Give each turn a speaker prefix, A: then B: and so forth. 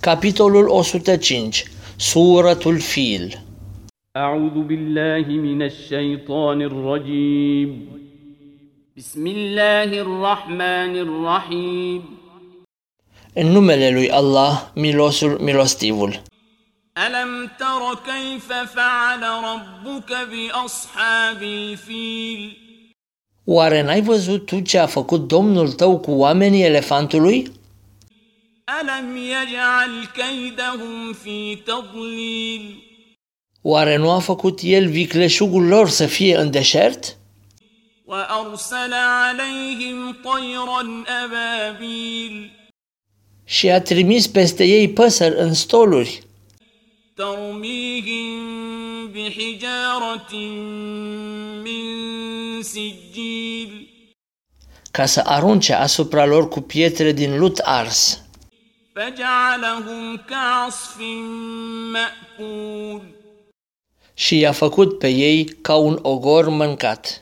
A: Capitolul 105. Suratul Fil.
B: أعوذ بالله من الشيطان الرجيم بسم الله الرحمن الرحيم
A: În numele lui Allah, milosul, milostivul.
B: ألم تر كيف فعل ربك بأصحاب الفيل
A: Oare n-ai văzut tu ce a făcut domnul tău cu oamenii elefantului?
B: ألم يجعل كيدهم في تضليل
A: Oare nu a făcut el vicleșugul lor să fie în deșert?
B: وأرسل عليهم طيرا أبابيل
A: Și a trimis peste ei păsări în stoluri,
B: ترميهم بحجارة من سجيل
A: ca să arunce asupra lor cu pietre din lut ars.
B: فجعلهم كعصف مأكول
A: Și i-a făcut pe ei ca un ogor mâncat.